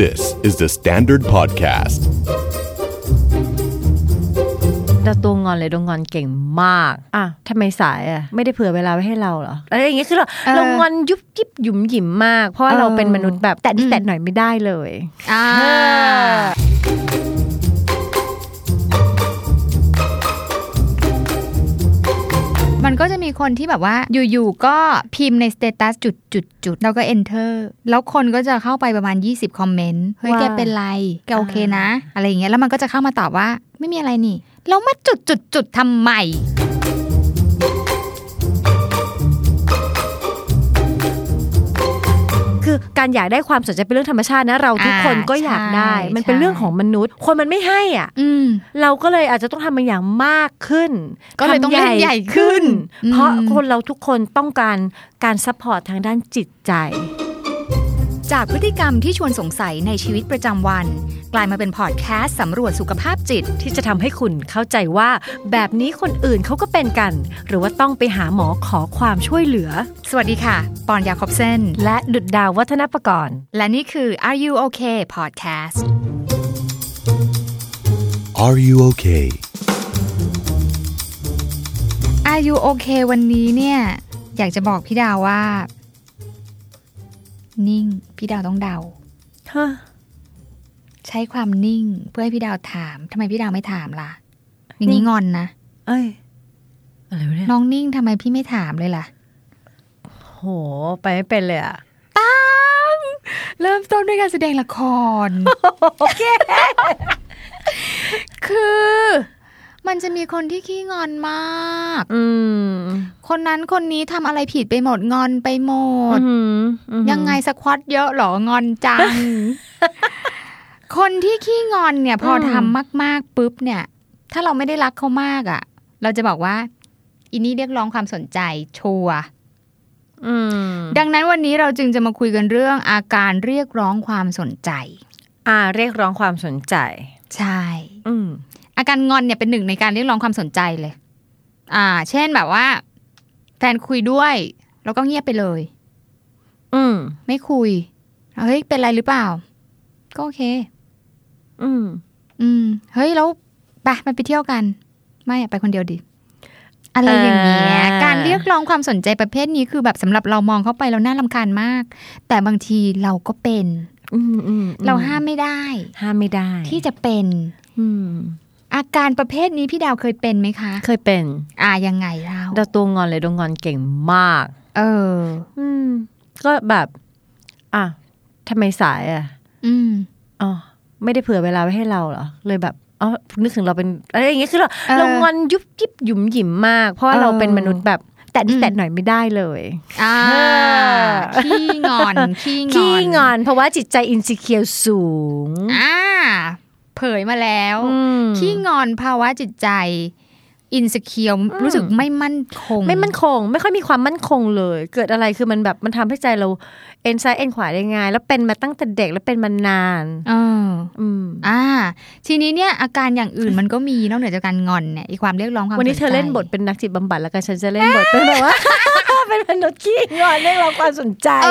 This is the Standard Podcast. เราตัวงอนเลยตัวงอนเก่งมาก อ่ะทำไมสายอ่ะ ไม่ได้เผื่อเวลาไว้ให้เราเหรอ อะไรอย่างเงี้ยคือเรา เออ เรางอนยุบยิบหยุมหยิมมาก เพราะว่า เออ เราเป็นมนุษย์แบบแต่นี่แต่หน่อยไม่ได้เลย อ่ามันก็จะมีคนที่แบบว่าอยู่ๆก็พิมพ์ในสเตตัสจุดจุดจุดแล้วก็ enter แล้วคนก็จะเข้าไปประมาณ 20 คอมเมนต์ เฮ้ย ว่า แกเป็นไร แกโอเคนะ อะไรอย่างเงี้ยแล้วมันก็จะเข้ามาตอบว่าไม่มีอะไรนี่ แล้วมาจุดจุดจุดทำไม คือการอยากได้ความสนใจเป็นเรื่องธรรมชาตินะ เราทุกคน อ่า ก็อยากได้ ใช่ มันเป็น ใช่ เรื่องของมนุษย์ คนมันไม่ให้อ่ะ อืม เราก็เลยอาจจะต้องทำมันอย่างมากขึ้น ก็เลยต้องเล่น ทำ ใหญ่ขึ้นอืม เพราะคนเราทุกคนต้องการการซัพพอร์ตทางด้านจิตใจ จากพฤติกรรมที่ชวนสงสัยในชีวิตประจำวัน กลายมาเป็นพอดแคสต์สำรวจสุขภาพจิต ที่จะทำให้คุณเข้าใจว่าแบบนี้คนอื่นเขาก็เป็นกัน หรือว่าต้องไปหาหมอขอความช่วยเหลือ สวัสดีค่ะ ปอนยาคอบเซน และดุดดาววัฒนประกรณ์ และนี่คือ Are You Okay Podcast Are you okay? Are You Okay วันนี้เนี่ย อยากจะบอกพี่ดาวว่า นิ่ง พี่ดาวต้องเดา ใช้ความนิ่งเพื่อให้พี่ดาวถามทำไมพี่ดาวไม่ถามล่ะอย่างนี้งอนนะ เอ้ย อะไรวะเนี่ย น้องนิ่งทำไมพี่ไม่ถามเลยล่ะ โห ไปไม่เป็นเลยอะ เริ่มต้นด้วยการแสดงละคร คือ มันจะมีคนที่ขี้งอนมาก อืม คนนั้นคนนี้ทำอะไรผิดไปหมดงอนไปหมด อืมอืม ยังไงสควอตเยอะเหรองอนจัง คนที่ขี้งอนเนี่ย พอทำมาก ๆ ปุ๊บเนี่ย ถ้าเราไม่ได้รักเขามากอะ่ะ เราจะบอกว่า อินี่เรียกร้องความสนใจชัวร์ อืม ดังนั้นวันนี้เราจึงจะมาคุยกันเรื่องอาการเรียกร้องความสนใจ อ่า เรียกร้องความสนใจ ใช่ อืม อาการงอนเนี่ยเป็นหนึ่งในการเรียกร้องความสนใจเลย อ่า เช่นแบบว่า แฟนคุยด้วย แล้วก็เงียบไปเลย อืม ไม่คุย เฮ้ย เป็นไรหรือเปล่า ก็โอเค อืม อืม เฮ้ย แล้วไปมันไปเที่ยวกัน ไม่อะไปคนเดียวดิ อะไรอย่างเงี้ย อ่า การเรียกร้องความสนใจประเภทนี้คือแบบสำหรับเรามองเข้าไปเราน่าลำคาญมาก แต่บางทีเราก็เป็น อืมอืม เราห้ามไม่ได้ ห้ามไม่ได้ ที่จะเป็น อืม อาการประเภทนี้พี่ดาวเคยเป็นไหมคะ เคยเป็น อ่ายังไงเรา เราตัวงอนเลยตัวงอนเก่งมาก เออ อืม ก็แบบ อ่ะทำไมสายอ่ะ อืม อ๋อไม่ได้เผื่อเวลาไว้ให้เราเหรอเลยแบบอ๋อนึกถึงเราเป็นอะไรอย่างเงี้ยคือเรา เออ เรางอนยุบยิบหยุมหยิมมาก เพราะว่า เออ เราเป็นมนุษย์แบบแต่นิด อืม แต่หน่อยไม่ได้เลย อ่าขี้งอน ขี้งอน ขี้งอนเพราะว่าจิตใจอินสิเคียวสูง อ่า เผยมาแล้ว อืม ขี้งอนภาวะจิตใจ อินสเคียวรู้สึกไม่มั่นคง ไม่มั่นคง ไม่ค่อยมีความมั่นคงเลย เกิดอะไรคือมันแบบมันทำให้ใจเราเอ็นซ้ายเอ็นขวาได้ง่าย แล้วเป็นมาตั้งแต่เด็กแล้วเป็นมานาน เออ อืม อ่า ทีนี้เนี่ยอาการอย่าง อื่นมันก็มีนอกเหนือจากการงอนเนี่ยอีความเรียกร้องความ วันนี้เธอ สใจ เล่นบทเป็นนักจิตบำบัดแล้วกันฉันจะเล่นบทเป็นแบบว่า เป็นมนุษย์ขี้งอนเรียกร้องความสนใจ เอ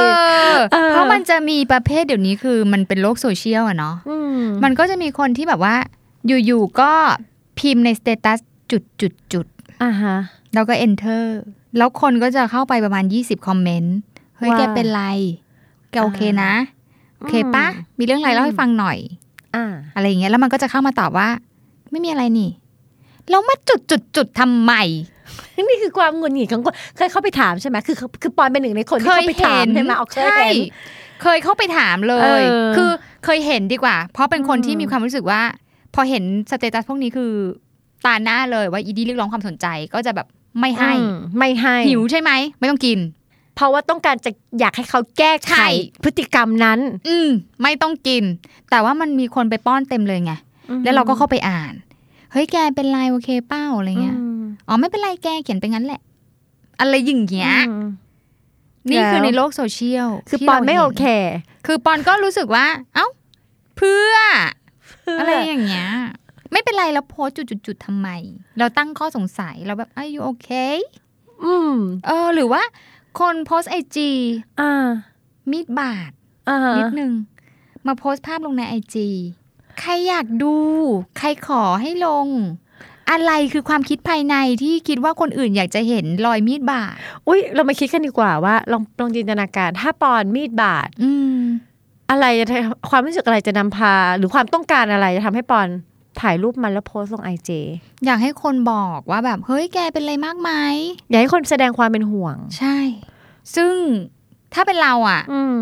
อ เออ เพราะมันจะมีประเภทเดี๋ยวนี้คือมันเป็นโลกโซเชียลอะเนาะ ม มันก็จะมีคนที่แบบว่า อยู่ๆก็พิมพ์ในสเตตัสจุดจุดจุด อ่าฮะ แล้วก็ enter แล้วคนก็จะเข้าไปประมาณ 20 คอมเมนต์เฮ้ย ว่า แกเป็นไร แกโอเคนะ โอเคปะ อืม มีเรื่องอะไรเล่าให้ฟังหน่อย อ่า อะไรอย่างเงี้ยแล้วมันก็จะเข้ามาตอบว่า ไม่มีอะไรนี่แล้วมาจุดจุดจุดทำไม นี่คือความหงุนหงิดของคนเคยเข้าไปถามใช่ไหมคือคือคือปอนเป็นหนึ่งในคนที่ เคย เข้าไป เห็ ถาม น ใช่ไหมเอาเคย ใช่ เห็น เคยเข้าไปถามเลย เออ คือเคยเห็นดีกว่า เพราะเป็นคน อืม ที่มีความรู้สึกว่า พอเห็นสเตตัสพวกนี้คือ ตาหน้าเลยว่าอีดีเรียกร้องความสนใจก็จะแบบไม่ให้ อืมไม่ให้ หิวใช่ไหมไม่ต้องกิน เพราะว่าต้องการจะอยากให้เขาแก้ไข ใช่ พฤติกรรมนั้น อืมไม่ต้องกิน แต่ว่ามันมีคนไปป้อนเต็มเลยไงแล้วเราก็เข้าไปอ่าน เฮ้ยแกเป็นไรโอเคเป้าอะไรเงี้ยอ๋อไม่เป็นไรแกเขียนไปงั้นแหละ อะไรอย่างเงี้ย นี่คือ แล้ว ในโลกโซเชียล คือ ที่ ปอ ราน ห็ ไม่โอเค คือปอนก็รู้สึกว่า เอ้า เพื่อ อะไรอย่างเงี้ย ไม่เป็นไรแล้วโพสต์จุดๆๆทำไม เราตั้งข้อสงสัยเราแบบอายุโอเค อืม เออ หรือว่า คนโพสไอจี อ่า มีดบาด อ่า นิดนึง มาโพสต์ภาพลงในไอจีใครอยากดู ใครขอให้ลง อะไรคือความคิดภายในที่คิดว่าคนอื่นอยากจะเห็นรอยมีดบาด อุ้ยเรามาคิดกันดีกว่าว่าลองลองจินตนาการถ้าปอนมีดบาด อืม อะไรจะทำความรู้สึกอะไรจะนำพา หรือความต้องการอะไรจะทำให้ปอนถ่ายรูปมันแล้วโพสต์ลงไอจ อยากให้คนบอกว่าแบบ เฮ้ยแกเป็นอะไรมากไหม อยากให้คนแสดงความเป็นห่วง ใช่ ซึ่งถ้าเป็นเราอ่ะ อืม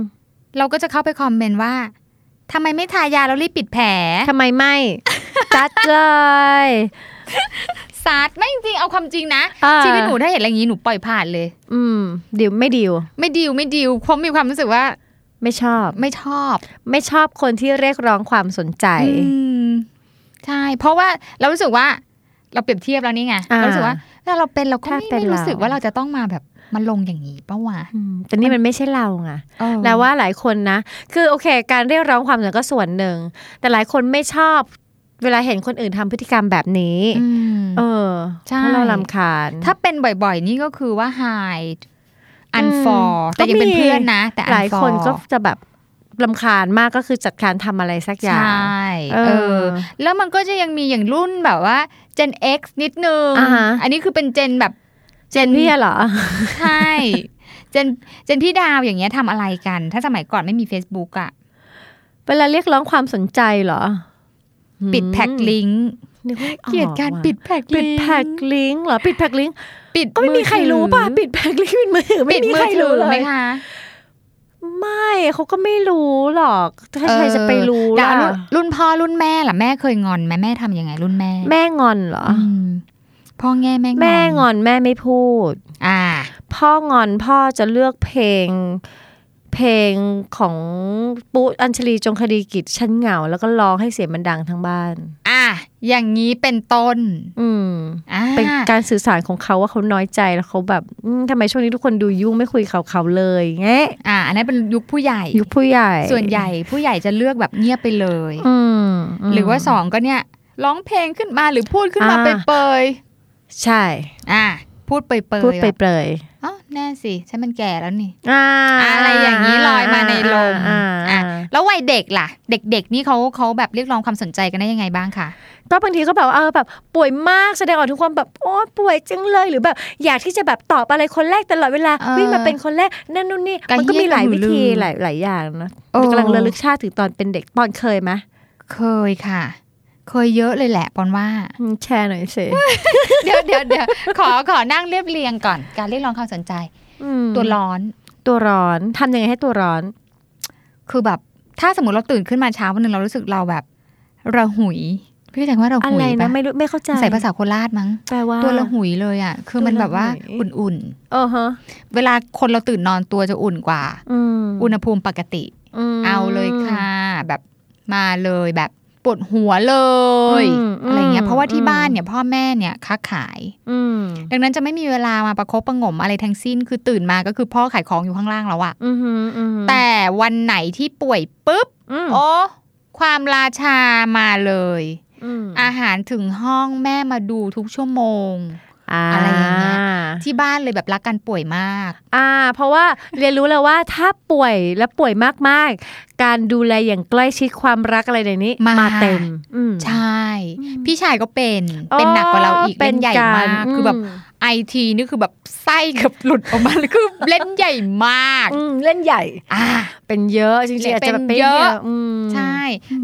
เราก็จะเข้าไปคอมเมนต์ว่าทำไมไม่ทายาแล้วรีบปิดแผล ทำไมไม่ จัดเลย สาดไม่จริงๆเอาความจริงนะ อ่า ชีวิตหนูถ้าเห็นอะไรอย่างนี้หนูปล่อยผ่านเลย อืมดิวไม่ดิว ไม่ดีลไม่ดีลเพราะมีความรู้สึกว่า ไม่ชอบ ไม่ชอบ ไม่ชอบคนที่เรียกร้องความสนใจ อืมใช่ เพราะว่าเรารู้สึกว่า เราเปรียบเทียบแล้วนี่ไง อ่า เรารู้สึกว่าถ้าเราเป็นเราก็ไม่ ถ้าเป็น ไม่รู้สึก เรา ว่าเราจะต้องมาแบบมาลงอย่างนี้ปะวะ อืมแต่นี่มันไม่ใช่เราไง เออ แล้วว่าหลายคนนะ คือโอเค การเรียกร้องความสนใจก็ส่วนหนึ่ง แต่หลายคนไม่ชอบเวลาเห็นคนอื่นทำพฤติกรรมแบบนี้ อืม เออ ใช่ เพราะเราลำคาญ ถ้าเป็นบ่อยๆ นี่ก็คือว่า hide อืม unfollow แต่ยังเป็นเพื่อนนะ แต่ หลายคน unfollow ก็จะแบบลำคาญมากก็คือจัดการทำอะไรสักอ ใช ย่าง ่ เออ เออ แล้วมันก็จะยังมีอย่างรุ่นแบบว่า Gen X นิดนึง อ่าฮะ อันนี้คือเป็น Gen แบบ เจนพี่อะเหรอ ใช่เจนเจนพี่ดาวอย่างเงี้ยทำอะไรกัน ถ้าสมัยก่อนไม่มี Facebook อะ เวลาเรียกร้องความสนใจเหรอ ปิดแพ็คลิงก์ นึว่าไม่ออ เกลียดการ ว่ะ ปิดแพ็ค ปิ ลิ ด งก์ แพ็คลิงก์เหรอปิดแพ็คลิงก์ ปิด ก็ไม่มีใครรู้ป่ะ ปิปิดดแพ็คลิงก์ปิดมือถือ ปิ ไม่ ด มี มื ใค อ ร ถื รู้ อ เล ไหม ย คะ ไม่เขาก็ไม่รู้หรอกถ้า เออ ใครจะไปรู้ แล้ ล่ะ วรุ่นรุ่นพ่อรุ่นแม่ล่ะแม่เคยงอนไหมแม่ทำยังไงรุ่นแม่ แม่งอนเหรออ อืมพ่อแง่แม่งอน แม่งอนแม่ไม่พูด อ่า พ่องอนพ่อจะเลือกเพลง เพลงของปุ๊อัญชลีจงคดีกิจฉันเหงา แล้วก็ร้องให้เสียงมันดังทั้งบ้าน อ่ะอย่างนี้เป็นต้น อืม อ่า เป็นการสื่อสารของเขาว่าเขาน้อยใจแล้วเขาแบบอืมทำไมช่วงนี้ทุกคนดูยุ่งไม่คุยเขาเขาเลยเงี้ย อ่าอันนั้นเป็นยุคผู้ใหญ่ ยุคผู้ใหญ่ ส่วนใหญ่ผู้ใหญ่จะเลือกแบบเงียบไปเลย อืมม หรือว่าสองก็เนี่ยร้องเพลงขึ้นมาหรือพูดขึ้นมาเปรย ใช่ ๆอ่ะพูดเปรยๆ พูดไป แบบ เปลย อ๋อแน่สิฉันมันแก่แล้วนี่ อ่า อะไรอย่างนี้ลอยมาในลม อ่า อ่ะ อ่า แล้ววัยเด็กล่ะ เด็กๆนี่เขาเขาแบบเรียกร้องความสนใจกันได้ยังไงบ้างคะ ก็บางทีก็แบบว่าเออแบบป่วยมากแสดงออกถึงความแบบโอ้ป่วยจังเลยหรือแบบอยากที่จะแบบตอบอะไรคนแรกตลอดเวลา เออ วิ่งมาเป็นคนแรกนั่นนู่นนี่ กระ มันก็มีหลายวิธี เหี้ยกระหือ หลายหลายอย่างนะ เออ กำลังระลึกชาติถึงตอนเป็นเด็กตอนเคยไหม เคยค่ะ เคยเยอะเลยแหละปอนว่า อืมแชร์หน่อยสิ เดี๋ยวเดี๋ยวเดี๋ยวขอขอนั่งเรียบเรียงก่อน การเรียกร้องความสนใจ อืม ตัวร้อน ตัวร้อนทำยังไงให้ตัวร้อน คือแบบ ถ้าสมมติเราตื่นขึ้นมาเช้าวันหนึ่งเรารู้สึกเราแบบ ระหุยพี่แจงว่าระ อะ หุ ไร ย นะ ปะ ไม่รู้ไม่เข้าใจ ใส่ภาษาโคราชมั้ง แปลว่า ตัวระหุยเลยอ่ะ คือมันแบบว่า ตัวระหุย อุ่น เออฮะ ๆ เวลาคนเราตื่นนอนตัวจะอุ่นกว่า อืม อุณหภูมิปกติ ม เอาเลยค่ะ แบบมาเลยแบบปวดหัวเลย ม อะไรเงี้ย เพราะว่าที่บ้าน อืม เนี่ยพ่อแม่เนี่ยค้าขาย อืม ดังนั้นจะไม่มีเวลามาประคบประหงมอะไรทั้งสิ้น คือตื่นมาก็คือพ่อขายของอยู่ข้างล่างแล้วอะ อืมอืม แต่วันไหนที่ป่วยปุ๊บ อืม โอ้ความราชามาเลย ม อาหารถึงห้องแม่มาดูทุกชั่วโมง า อะไรอย่างเงี้ย ที่บ้านเลยแบบรักกันป่วยมาก อ่า เพราะว่าเรียนรู้แล้วว่าถ้าป่วยและป่วยมากๆ การดูแลอย่างใกล้ชิดความรักอะไรในนี้ มา เต็มอืม ใช่ พี่ชายก็เป็นเป็นหนักกว่าเราอีกเล่นใหญ่มาก เป็นร คือแบบ ไอทีนี่คือแบบไส้เกับหลุดออกมาเลยคือเล่นใหญ่มาก อืมเล่นใหญ่ อ่า เป็นเยอะ จริงๆอาจจะแบบ เป็นเยอะ ป็นอืม ใช่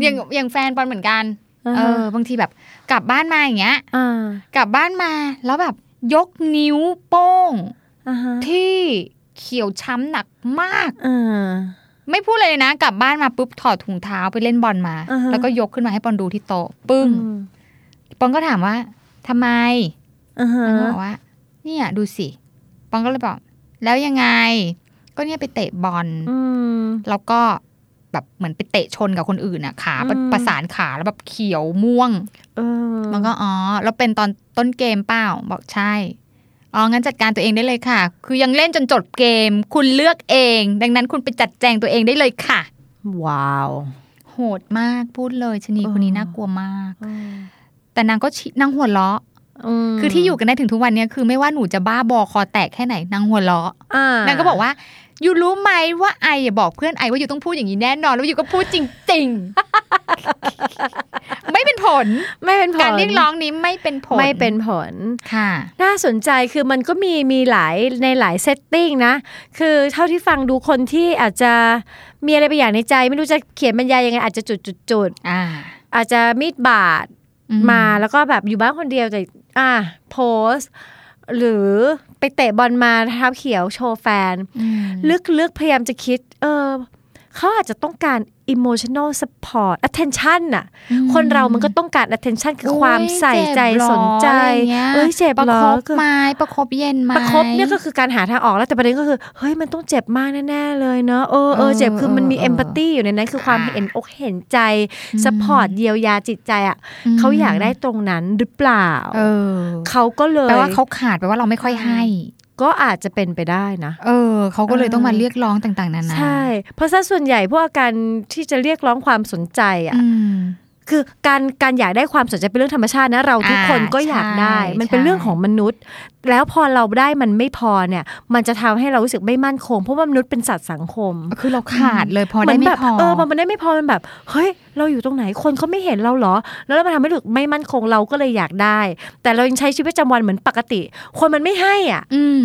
อย่างอย่างแฟนปอนเหมือนกัน า เออบางทีแบบกลับบ้านมาอย่างเงี้ย อ่าก ลับบ้านมาแล้วแบบยกนิ้วโป้ง อ่าฮะ ที่เขียวช้ำหนักมาก อ่า ไม่พูดอะไรเลยนะ กลับบ้านมาปุ๊บถอดถุงเท้าไปเล่นบอลมา อ่าฮะ แล้วก็ยกขึ้นมาให้ปอนดูที่โต๊ะปึ้งปอนก็ถามว่าทำไม อ่าฮะ มันก็บอกว่า เนี่ยดูสิปองก็เลยบอก แล้วยังไง ก็เนี่ยไปเตะบอล อืม แล้วก็แบบเหมือนไปเตะชนกับคนอื่นอะขาประ อืม ประสานขาแล้วแบบเขียวม่วง เออ มันก็อ๋อ แล้วเป็นตอนต้นเกมเปล่า บอกใช่ อ๋อ งั้นจัดการตัวเองได้เลยค่ะ คือยังเล่นจนจบเกม คุณเลือกเอง ดังนั้นคุณไปจัดแจงตัวเองได้เลยค่ะ ว้าว โหดมากพูดเลยชะนี เออ คนนี้น่ากลัวมาก แต่นางก็ชินางหัวเราะ ม คือที่อยู่กันได้ถึงทุกวันเนี้ยคือไม่ว่าหนูจะบ้าบอคอแตกแค่ไหนนางหัวเราะ อ่ นางก็บอกว่า อยู่รู้ไหมว่าไออะบอกเพื่อนไอว่าอยู่ต้องพูดอย่างนี้แน่นอน แล้วอยู่ก็พูดจริง ๆ ไม่เป็นผล ไม่เป็นผล การเรียกร้องนี้ไม่เป็นผล ไม่เป็นผล ค่ะ น่าสนใจคือมันก็มีมีหลายในหลายเซตติ้งนะ คือเท่าที่ฟังดูคนที่อาจจะมีอะไรไปอย่างในใจ ไม่รู้จะเขียนบรรยายยังไง อาจจะจุดจุดจุด อ่า อาจจะมีดบาด อื มาแล้วก็แบบอยู่บ้านคนเดียวแต่อ่าโพสต์ หรือไปเตะบอลมาเท้าเขียวโชว์แฟน อืม ลึกๆ พยายามจะคิด เออเขาอาจจะต้องการ emotional support attention น่ะ อืม คนเรามันก็ต้องการ attention คือความ โย ใส่ใจ เบเหรอ สนใจ อะไรเงี้ย เอ้ยเจ็บ ประ เหร ค อบ คือ ไม้ประคบเย็นไหม ประคบเนี่ยก็คือการหาทางออกแล้วแต่ประเด็นก็คือ เฮ้ยมันต้องเจ็บมากแน่ๆเลยเนาะเออเออเจ็บคือมันมี เออ เอมพัตตีอยู่ในนั้นคือความ อ่า เห็นอกเห็นใจสปอร์ตเยียวยาจิตใจอ่ะ อืม เขาอยากได้ตรงนั้นหรือเปล่า เออ เขาก็เลย แปลว่าเขาขาดแปลว่าเราไม่ค่อยให้ ก็อาจจะเป็นไปได้นะ เออเขาก็เลย เออ ต้องมาเรียกร้องต่างๆนานา ใช่ เพราะซะส่วนใหญ่พวกอาการที่จะเรียกร้องความสนใจอ่ะ อืม คือการการอยากได้ความสนใจเป็นเรื่องธรรมชาตินะเราทุกคน อ่า ก็อยากได้ ใช่ มันเป็น ใช่ เรื่องของมนุษย์ แล้วพอเราได้มันไม่พอเนี่ย มันจะทำให้เรารู้สึกไม่มั่นคงเพราะว่ามนุษย์เป็นสัตว์สังคม คือเราขาดเลยพอ เห ได้ น ไม่ แบบ พอ เออมันได้ไม่พอมันแบบ เฮ้ย เราอยู่ตรงไหนคนเขาไม่เห็นเราเหรอ แล้วมันทำให้รู้สึกไม่มั่นคงเราก็เลยอยากได้ แต่เรายังใช้ชีวิตประจำวันเหมือนปกติ คนมันไม่ให้อ่ะ อืม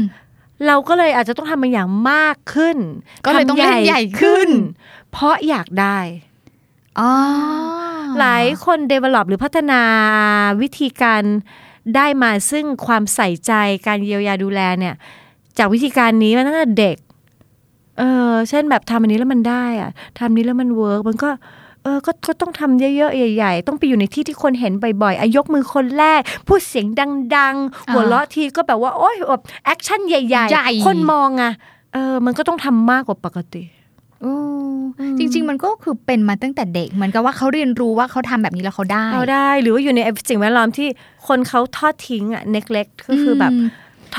เราก็เลยอาจจะต้องทำบางอย่างมากขึ้น ก็เลยต้องเล่น ทำ ใหญ่ขึ้น เพราะอยากได้ อ๋อ หลายคน develop หรือพัฒนาวิธีการได้มาซึ่งความใส่ใจการเยียวยาดูแลเนี่ย จากวิธีการนี้มาตั้งแต่เด็ก เออเช่นแบบทำอันนี้แล้วมันได้อะทำนี้แล้วมันเวิร์กมันก็เออก็ก็ต้องทำเยอะๆใหญ่ๆ ต้องไปอยู่ในที่ที่คนเห็นบ่อยๆอายกมือคนแรก พูดเสียงดังๆ หัวเราะทีก็แบบว่า โอ๊ยแบบแอคชั่นใหญ่ ใหญ่ ๆ คนมองอะเออ มันก็ต้องทำมากกว่าปกติ โอ้ อืม จริง ๆ มันก็คือเป็นมาตั้งแต่เด็กเหมือนกับว่าเขาเรียนรู้ว่าเขาทำแบบนี้แล้วเขาได้ เอาได้หรือว่าอยู่ในสิ่งแวดล้อมที่คนเขาทอดทิ้งอะ neglect ก็คือแบบ ม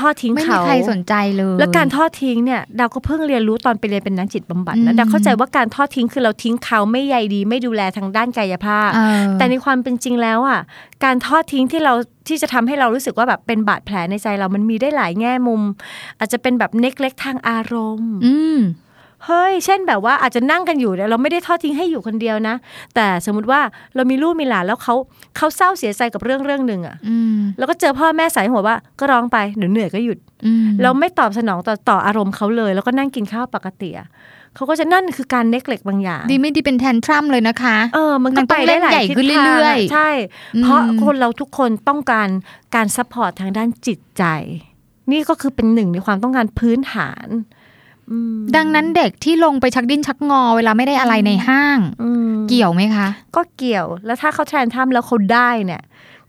ทอดทิ้ง ไม่มี เขา ใครสนใจเลย แล้วการทอดทิ้งเนี่ยดาวก็เพิ่งเรียนรู้ตอนไปเรียนเป็นนักจิตบำบัด อื นะ ม ดาวเข้าใจว่าการทอดทิ้งคือเราทิ้งเขาไม่ใยดี ไม่ดูแลทางด้านกายภาพ เออ แต่ในความเป็นจริงแล้วอ่ะการทอดทิ้งที่เราที่จะทำให้เรารู้สึกว่าแบบเป็นบาดแผลในใจเรามันมีได้หลายแง่มุม อาจจะเป็นแบบเล็กๆทางอารมณ์ อืม เฮ้ยเช่นแบบว่าอาจจะนั่งกันอยู่เนี่ยเราไม่ได้ทอดทิ้งให้อยู่คนเดียวนะ แต่สมมติว่าเรามีลูกมีหลานแล้วเขาเขาเศร้าเสียใจกับเรื่องเรื่องหนึ่งอ่ะ อืม แล้วก็เจอพ่อแม่สายหัวว่าก็ร้องไปเดี๋ยวเหนื่อยก็หยุด อืม เราไม่ตอบสนองต่อต่ออารมณ์เขาเลย แล้วก็นั่งกินข้าวปกติอะเขาก็จะนั่นคือการเน็กเล็กบางอย่าง ดีไม่ดีเป็นแทนทรัมเลยนะคะ เออ มันก็ มันต้ ไป อง ได้หลาย เล่นใหญ่ ทิศ ขึ้น ทาง เรื่อย อะ ๆ ใช่ เพราะคนเราทุกคนต้องการการซัพพอร์ตทางด้านจิตใจ นี่ก็คือเป็นหนึ่งในความต้องการพื้นฐานอืม ดังนั้นเด็กที่ลงไปชักดิ้นชักงอเวลาไม่ได้อะไรในห้าง อืม เกี่ยวไหมคะ ก็เกี่ยว แล้วถ้าเขาแทนท่ามแล้วเขาได้เนี่ย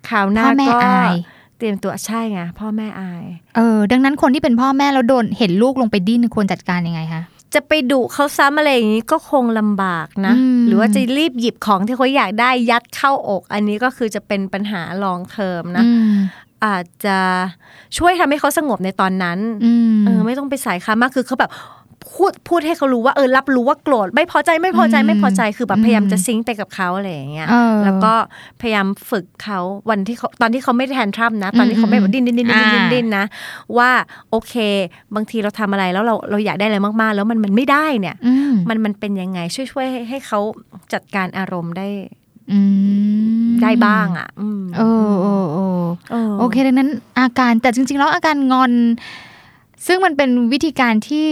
ข่าวหน้า พ่อแม่ ก็ อาย เตรียมตัวใช่ไงพ่อแม่อาย เออดังนั้นคนที่เป็นพ่อแม่แล้วโดนเห็นลูกลงไปดิ้นควรจัดการยังไงคะ จะไปดุเขาซ้ำอะไรอย่างนี้ก็คงลำบากนะ อืม หรือว่าจะรีบหยิบของที่เขาอยากได้ยัดเข้าอก อันนี้ก็คือจะเป็นปัญหาลองเทอมนะ อืม อาจจะช่วยทำให้เขาสงบในตอนนั้น อืม เออไม่ต้องไปสายค้ามากคือเขาแบบพูดพูดให้เขารู้ว่าเออรับรู้ว่าโกรธไม่พอใจไม่พอใจ อืม ไม่พอใจคือแบ อื บ ม พยายามจะซิงค์ไปกับเขาอะไรอย่างเงี้ย เออ แล้วก็พยายามฝึกเขาวันที่เขาตอนที่เขาไม่ได้แทนทรัมป์นะ ตอนที่เขาไม่แบบดิ้นดิ้นดิ้นดิ้นดิ้นดิ้นนะ ว่าโอเค บางทีเราทำอะไรแล้วเราเราอยากได้อะไรมากๆ แล้วมันมันไม่ได้เนี่ย อืม มันมันเป็นยังไงช่วยช่วยให้ให้เขาจัดการอารมณ์ได้ อืม ได้บ้างอ่ะอืม เออเออเออ เออ โอเคดังนั้นอาการแต่จริง ๆ แล้วอาการงอน ซึ่งมันเป็นวิธีการที่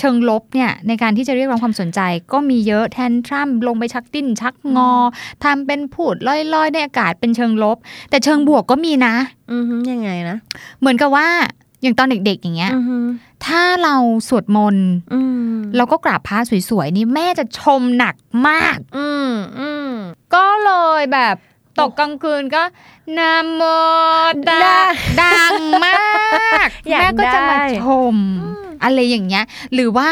เชิงลบเนี่ย ในการที่จะเรียกร้องความสนใจ ก็มีเยอะแทนทรัมป์ลงไปชักดิ้นชักงอทำเป็นพูดลอยๆ ในอากาศเป็นเชิงลบ แต่เชิงบวกก็มีนะ อือฮึยังไงนะ เหมือนกับว่าอย่างตอนเด็ก ๆ อย่างเงี้ย อือฮึ ถ้าเราสวดมนต์ อืม เราก็กราบพระสวยๆ นี่แม่จะชมหนักมาก อืมอืม ก็เลยแบบตกกลางคืนก็นามโมตา ดัง ดังมาก อยาก แม่ก็จะมา ได้ ชม อะไรอย่างเงี้ย หรือว่า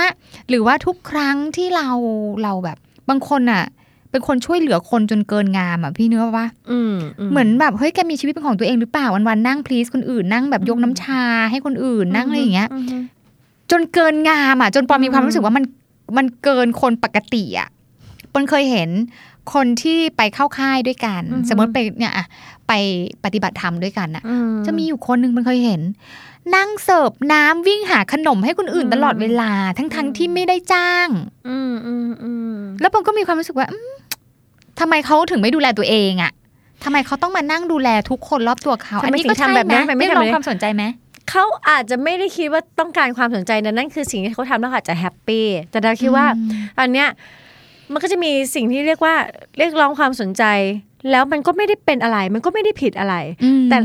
หรือว่าทุกครั้งที่เราเราแบบ บางคนอ่ะ เป็นคนช่วยเหลือคนจนเกินงามอ่ะพี่เนื้อว่า อืม เหมือนแบบเฮ้ยแกมีชีวิตเป็นของตัวเองหรือเปล่าวันๆนั่งพลีสคนอื่นนั่งแบบยกน้ำชาให้คนอื่นนั่งอะไรอย่างเงี้ย อือฮึ จนเกินงามอ่ะ จนปอมีความ อืม รู้สึกว่ามันมันเกินคนปกติอ่ะปอนเคยเห็นคนที่ไปเข้าค่ายด้วยกัน สมมติไปเนี่ยอะไปปฏิบัติธรรมด้วยกันอ่ะ อื จะมีอยู่คนหนึ่งมันเคยเห็น นั่งเสิร์ฟน้ำวิ่งหาขนมให้คนอื่น อืม ตลอดเวลา ทั้งๆท อืม ที่ไม่ได้จ้าง อืมอืมอืม แล้วผมก็มีความรู้สึกว่าอืมทำไมเขาถึงไม่ดูแลตัวเองอะทำไมเขาต้องมานั่งดูแลทุกคนรอบตัวเขาอันนี้ก็ใช่ไหมไม่ลองความสนใจไหม เขาอาจจะไม่ได้คิดว่าต้องการความสนใจนะนั่นคือสิ่งที่เขาทำแล้วเขาอาจจะแฮปปี้แต่ดาวคิดว่า อืม อันเนี้ยมันก็จะมีสิ่งที่เรียกว่าเรียกร้องความสนใจ แล้วมันก็ไม่ได้เป็นอะไร มันก็ไม่ได้ผิดอะไร แต่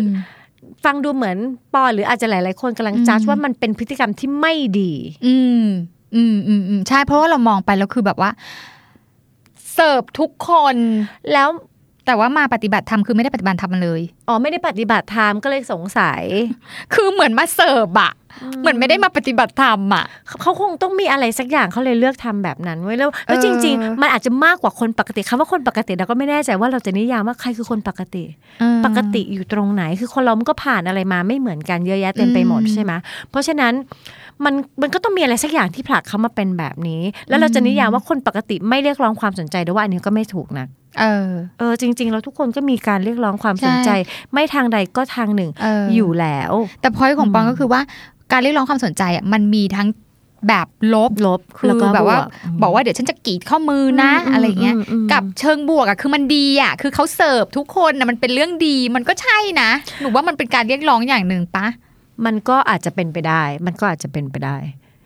ฟังดูเหมือนปอหรืออาจจะหลาย ๆ คนกำลัง อืม จัดว่ามันเป็นพฤติกรรมที่ไม่ดี อืม อืมอืมอืมใช่เพราะว่าเรามองไปแล้วคือแบบว่า เสิร์ฟทุกคน แล้ว แต่ว่ามาปฏิบัติธรรมคือไม่ได้ปฏิบัติธรรมเลย อ๋อไม่ได้ปฏิบัติธรรมก็เลยสงสัย คือเหมือนมาเสิร์ฟอะเหมือนไม่ได้มาปฏิบัติธรรมอะ เขาคงต้องมีอะไรสักอย่างเขาเลยเลือกทำแบบนั้นไว้ยแล้วแล้ว เออ จริง ๆ มันอาจจะมากกว่าคนปกติคำว่าคนปกติเราก็ไม่แน่ใจว่าเราจะนิยามว่าใครคือคนปกติ ปกติอยู่ตรงไหนคือคนเรามันก็ผ่านอะไรมาไม่เหมือนกันเยอะแยะเต็มไปหมด อืม ใช่ไหมเพราะฉะนั้นมันมันก็ต้องมีอะไรสักอย่างที่ผลักเขามาเป็นแบบนี้ แล้วเราจะ อืม นิยามว่าคนปกติไม่เรียกร้องความสนใจด้วยว่าอันนี้ก็ไม่ถูกนะ เออ เออจริงๆแล้วทุกคนก็มีการเรียกร้องความสนใจ ไม่ทางใดก็ทางหนึ่ง เออ อ อยู่ แล้ว แต่พอยของปอง อืม ก็คือว่า การเรียกร้องความสนใจอะมันมีทั้งแบบลบ ลบ คือ ล้ก็ แบบว่า ม บอกว่าเดี๋ยวฉันจะกรีดข้อมือนะ ม อะไรอย่างเงี้ย มอืม กับเชิงบวกอะคือมันดีอะคือเขาเสิร์ฟทุกคนนะมันเป็นเรื่องดีมันก็ใช่นะหนูว่ามันเป็นการเรียกร้องอย่างหนึ่งปะ มันก็อาจจะเป็นไปได้ มันก็อาจจะเป็นไปได้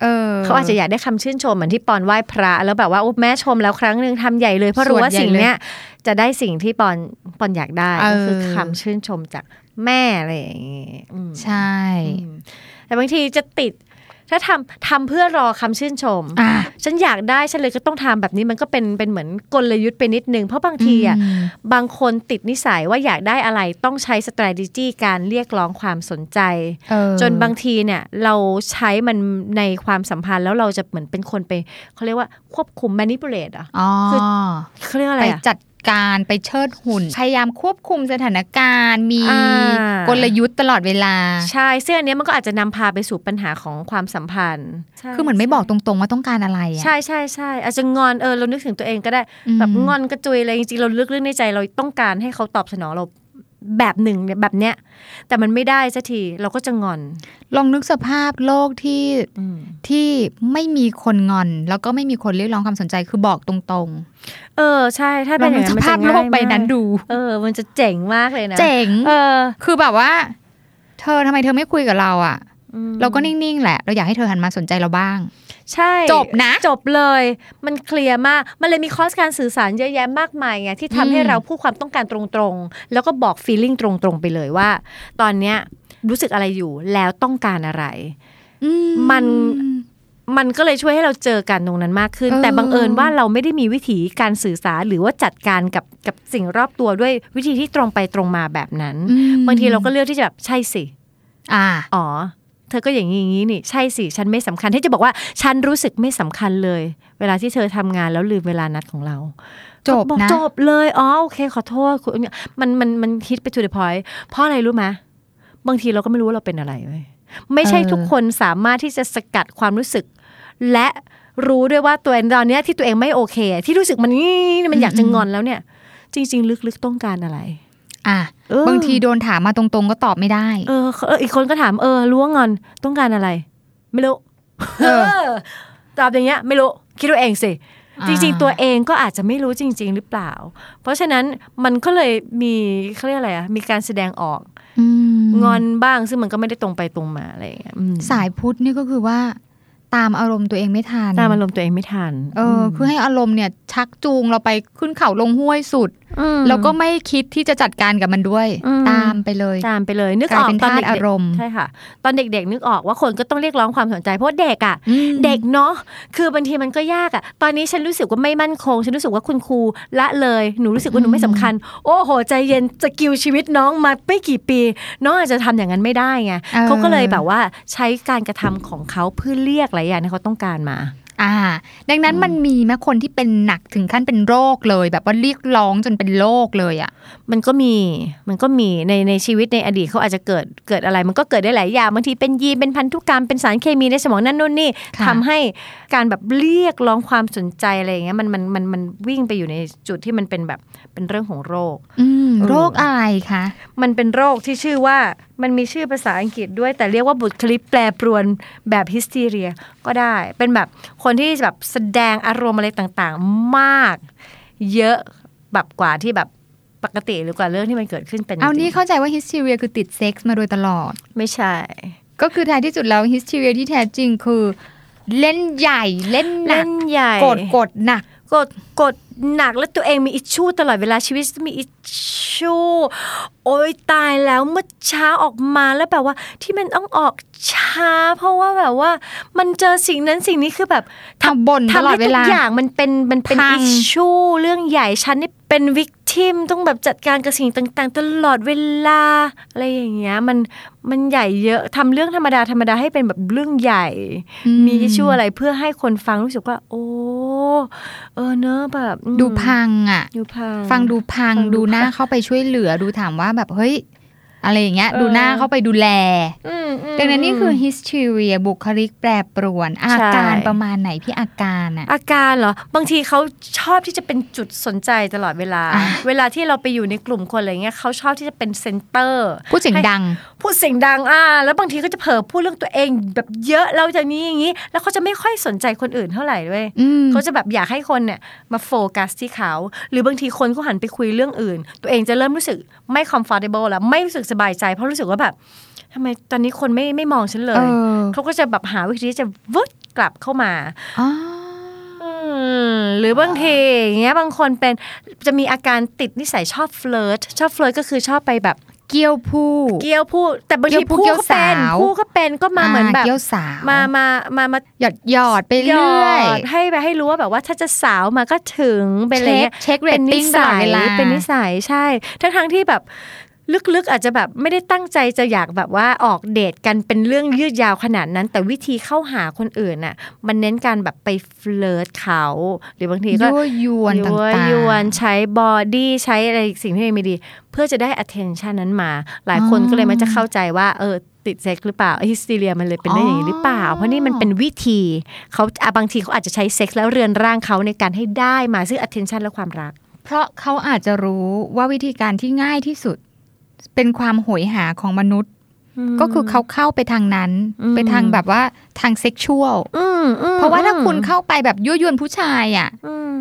เออ เขาอาจจะอยากได้คำชื่นชมเหมือนที่ปอนไหว้พระ แล้วแบบว่าโอ้แม่ชมแล้วครั้งหนึ่งทำใหญ่เลยเพราะรู้ว่า สวดใหญ่ สิ่งเนี้ยจะได้สิ่งที่ปอนปอนอยากได้ เออ ก็คือคำชื่นชมจากแม่อะไรอย่างงี้อืม ใช่ อืมแต่บางทีจะติด ถ้าทำทำเพื่อรอคำชื่นชม อ่ะ ฉันอยากได้ฉันเลยก็ต้องทำแบบนี้มันก็เป็นเป็นเหมือนกลยุทธ์ไปนิดนึงเพราะบางทีอ่ะ ม บางคนติดนิสัยว่าอยากได้อะไรต้องใช้ s t r a t e g y การเรียกร้องความสนใจ เออ จนบางทีเนี่ยเราใช้มันในความสัมพันธ์แล้วเราจะเหมือนเป็นคนไปเขาเรียกว่าควบคุม manipulate เหรอ่ะ อ๋อ เขาเรียกว่าอะ ไป ไรอะ จัดการไปเชิดหุ่น พยายามควบคุมสถานการณ์ มี อ่า กลยุทธ์ตลอดเวลา ใช่เสื้ออนเนี้ยมันก็อาจจะนำพาไปสู่ปัญหาของความสัมพันธ์ คือเหมือนไม่บอกตรงๆว่าต้องการอะไรอะ ใช่ใช่ใช่อาจจะงอนเออเรานึกถึงตัวเองก็ได้ อืม แบบงอนกระจุยอะไรจริงๆเราลึกๆในใจเราต้องการให้เขาตอบสนองเราแบบหนึ่งเนี่ยแบบเนี้ยแต่มันไม่ได้สักทีเราก็จะงอน ลองนึกสภาพโลกที่ที่ไม่มีคนงอน แล้วก็ไม่มีคนเรียกร้องความสนใจคือบอกตรง เออใช่ถ้า ๆล เป็ อนง อย่า นึ ง ก นั้นมันสภา จะ พ ง่าย โลกใบนั้น มาก ดู เออ มันจะเจ๋งมากเลยนะ เจ๋ง เออ คือแบบว่า เธอทำไมเธอไม่คุยกับเราอ่ะ อืม เราก็นิ่ง ๆ แหละ เราอยากให้เธอหันมาสนใจเราบ้าง ใช่ จบนะ จบเลยมันเคลียร์มาก มันเลยมีคอร์สการสื่อสารเยอะแยะมากมายไงที่ทำให้ อืม เราพูดความต้องการตรงๆ แล้วก็บอกฟีลลิ่งตรงๆ ไปเลยว่า ตอนเนี้ยรู้สึกอะไรอยู่แล้วต้องการอะไร อื มัน มันก็เลยช่วยให้เราเจอกันตรงนั้นมากขึ้น แต่บังเอิญว่าเราไม่ได้มีวิธีการสื่อสารหรือว่าจัดการกับกับสิ่งรอบตัวด้วยวิธีที่ตรงไปตรงมาแบบนั้น อืม บางทีเราก็เลือกที่จะแบบใช่สิ อ่า อ๋อ เธอก็อย่างนี้อย่างนี้นี่ ใช่สิ ฉันไม่สำคัญ ที่จะบอกว่า ฉันรู้สึกไม่สำคัญเลย เวลาที่เธอทำงานแล้วลืมเวลานัดของเรา จบ อก นะ จบเลย อ๋อ โอเค ขอโทษคุณเนี่ยมันมันมันฮิตไป to the point เพราะอะไรรู้ไหมบางทีเราก็ไม่รู้ว่าเราเป็นอะไรเลยไม่ใช่ เออ ทุกคนสามารถที่จะสกัดความรู้สึก และรู้ด้วยว่าตัวเองตอนเนี้ยที่ตัวเองไม่โอเค ที่รู้สึกมันนี่มันอยากจะงอนแล้วเนี่ย จริง ๆ ลึกๆต้องการอะไร อ่า เออ บางทีโดนถามมาตรงๆ ก็ตอบไม่ได้ เออเอออีกคนก็ถามเออรู้ว่างอนต้องการอะไร ไม่รู้ เออ เออตอบอย่างเงี้ย ไม่รู้คิดเอาเองสิจริง ๆ ตัว อ่า เองก็อาจจะไม่รู้จริง ๆ หรือเปล่า เพราะฉะนั้นมันก็เลยมีเขาเรียกอะไรอะมีการแสดงออก อืม งอนบ้าง ซึ่งมันก็ไม่ได้ตรงไปตรงมาอะไรอย่างเงี้ยอืม สายพุทธนี่ก็คือว่า ตามอารมณ์ตัวเองไม่ทัน ตามอารมณ์ตัวเองไม่ทัน เอออ คือให้อารมณ์เนี่ย ชักจูงเราไปขึ้นเขาลงห้วยสุด ม แล้วก็ไม่คิดที่จะจัดการกับมันด้วย อืม ตามไปเลย ตามไปเลย นึก กอลาย อก เป็น ตอน ทาส เด็ก อารมณ์ ๆใช่ค่ะ ตอนเด็ก ๆ นึกออกว่าคนก็ต้องเรียกร้องความสนใจเพราะเด็กอ่ะ อืม เด็กเนาะ คือบางทีมันก็ยากอะตอนนี้ฉันรู้สึกว่าไม่มั่นคง ฉันรู้สึกว่าคุณครูละเลย หนูรู้สึกว่าหนู อืม ไม่สำคัญ โอ้โห ใจเย็นสกิลชีวิตน้องมาไม่กี่ปี น้องอาจจะทำอย่างนั้นไม่ได้ไง เขาก็เลยแบบว่าใช้การกระทำของเขาเพื่อเรียกหลายอย่างที่เขาต้องการมา อ่า ดังนั้นมันมีไหมคนที่เป็นหนักถึงขั้นเป็นโรคเลย แบบว่าเรียกร้องจนเป็นโรคเลยอะ มันก็มี มันก็มีในในชีวิตในอดีตเขาอาจจะเกิดเกิดอะไร มันก็เกิดได้หลายอย่างบางทีเป็นยีนเป็นพันธุกรรมเป็นสารเคมีในสมองนั่นนู่นนี่ ค่ะ ทำให้การแบบเรียกร้องความสนใจอะไรอย่างเงี้ยมันมันมันมันวิ่งไปอยู่ในจุดที่มันเป็นแบบเป็นเรื่องของโรค อืม เออ โรคอะไรคะ มันเป็นโรคที่ชื่อว่ามันมีชื่อภาษาอังกฤษด้วย แต่เรียกว่าบุคลิกแปรปรวนแบบฮิสเ e เรียก็ได้ เป็นแบบคนที่แบบแสดงอารมณ์อะไรต่างๆ มาก เยอะแบบกว่าที่แบบปกติหรือกว่าเรื่องที่มันเกิดขึ้นเป็น เอา จริง นี่เข้าใจว่าฮิสเทียคือติดเซ็กส์มาโดยตลอด ไม่ใช่ ก็คือท้ายที่สุดแล้วฮิสเทียที่แท้จริงคือ เล่นใหญ่เล่นหเล่นัก นใหญ่ กดกดหนัก กดกดหนักแล้วตัวเองมีอิชชูตลอดเวลาชีวิตมีอิชชูโอ้ยตายแล้วเมื่อเช้าออกมาแล้วแบบว่าที่มันต้องออกช้า เพราะว่าแบบว่า มันเจอสิ่งนั้นสิ่งนี้คือแบบ ทำบ่นต ทำ ลอด ให้ เว ทุ ลาก อย่างมันเป็นมันเป็น พัง อิชชูเรื่องใหญ่ฉันนี่เป็นวิกทิมต้องแบบจัดการกับสิ่งต่าง ๆ ตลอดเวลาอะไรอย่างเงี้ยมันมันใหญ่เยอะทำเรื่องธรรมดาธรรมดาให้เป็นแบบเรื่องใหญ่ อื มีทิชชู่อะไรเพื่อให้คนฟังรู้สึกว่า โอ้ เออเนอะแบบอืม ดูพังอ่ะ ดูพัง ฟังดูพัง ฟังดู ดูหน้าเข้าไปช่วยเหลือดูถามว่าแบบเฮ้ย อะไรอย่างเงี้ย เออ ดูหน้าเข้าไปดูแล อืมม ดังนั้นนี่คือ hysteria บุคลิกแปรปรวน อา ใช่ การประมาณไหนพี่อาการอ่ะ อาการเหรอ บางทีเขาชอบที่จะเป็นจุดสนใจตลอดเวลา อ่ะ เวลาที่เราไปอยู่ในกลุ่มคนอะไรเงี้ยเขาชอบที่จะเป็นเซนเตอร์ พูดเสียงดัง พูดเสียงดังอ่าแล้วบางทีก็จะเผลอพูดเรื่องตัวเองแบบเยอะแล้วจากนี้อย่างนี้ แล้วเขาจะไม่ค่อยสนใจคนอื่นเท่าไหร่ด้วย อืม เขาจะแบบอยากให้คนเนี่ยมาโฟกัสที่เขา หรือบางทีคนเขาหันไปคุยเรื่องอื่น ตัวเองจะเริ่มรู้สึกไม่ comfortable แล้ว ไม่รู้สึกสบายใจ เพราะรู้สึกว่าแบบทำไมตอนนี้คนไม่ไม่มองฉันเล เอย อ เขาก็จะแบบหาวิธีที่จะวึดกลับเข้ามา อ๋อ อืมหรือบางทีอย่างเงี้ยบางคนเป็นจะมีอาการติดนิสัยชอบเฟลิร์ตชอบเฟลิร์ตก็คือชอบไปแบบ เกี้ยวผู้ เกี้ยวพูดแต่บาง เกี้ ที ยวพู พูดดเกี้ยว ก็เป็น สาว พูดก็เป็นก็มาเหมือนแบบ เกี้ยวสาว มามามามา หยอดหยอดไปเรื่อย หดให้ไปให้รู้ว่าแบบว่าถ้าจะสาวมาก็ถึงเป็นอะไร เช็ค เงี้ย เช็คเร เป็ ต นนิ ติ้งตลอดเวลา เป็นนิสัยใช่ ทั้งทั้งๆที่แบบลึกๆอาจจะแบบไม่ได้ตั้งใจจะอยากแบบว่าออกเดทกันเป็นเรื่องยืดยาวขนาดนั้น แต่วิธีเข้าหาคนอื่นน่ะมันเน้นการแบบไปเฟลิร์ตเขา หรือบางทีก็ ยั่วยวนต่างๆ ยวนใช้บอดี้ใช้อะไรสิ่งที่ไม่ดี เพื่อจะได้ attention นั้นมา หลายคนก็เลยมันจะเข้าใจว่าเออติดเซ็กหรือเปล่าฮิสเรียมันเลยเป็นได้อย่างนี้หรือเปล่า เพราะนี่มันเป็นวิธี เขาอ่ะบางทีเขาอาจจะใช้เซ็กส์แล้วเรือนร่างเขาในการให้ได้มาซึ่ง attention และความรัก เพราะเขาอาจจะรู้ว่าวิธีการที่ง่ายที่สุด เป็นความโหยหาของมนุษย์ ก็คือเขาเข้าไปทางนั้น อืม ไปทางแบบว่าทางเซ็กชวล อืมอืม เพราะว่าถ้า อืม คุณเข้าไปแบบยั่วยวนผู้ชายอะ่ะ อืม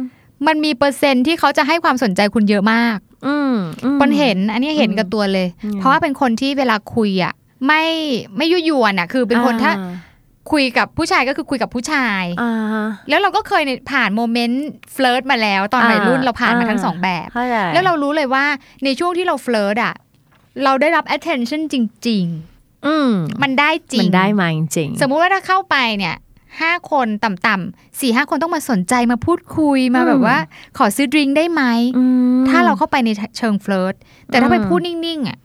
มันมีเปอร์เซ็นต์ที่เขาจะให้ความสนใจคุณเยอะมาก อืมอืม ปนเห็นอันนี้เห็นกับตัวเลย อืม เพราะว่าเป็นคนที่เวลาคุยอะ่ะไม่ไม่ยั่วยวนอะ่ะ คือเป็นคนถ้า อ่ คุยกับผู้ชายก็คือคุยกับผู้ชาย อ่า แล้วเราก็เคยในผ่านโมเมนต์เฟลิร์ตมาแล้ว ตอนวัยรุ่น อ่า เราผ่านมา อ่า ทั้งสองแบบ เข้าใจ แล้วเรารู้เลยว่าในช่วงที่เราเฟลิร์ตอะเราได้รับ attention จริง อืม ๆ มันได้จริ มั ง นได้มาจริงๆ สมมุติว่าถ้าเข้าไปเนี่ยห้าคนต่ำๆสี่ห้าคนต้องมาสนใจมาพูดคุยมา อืม แบบว่า ขอซื้อดริงก์ได้ไหม อืม ถ้าเราเข้าไปในเชิงเฟลิร์ตแต่ถ้า อืม ไปพูดนิ่งๆอ่ะ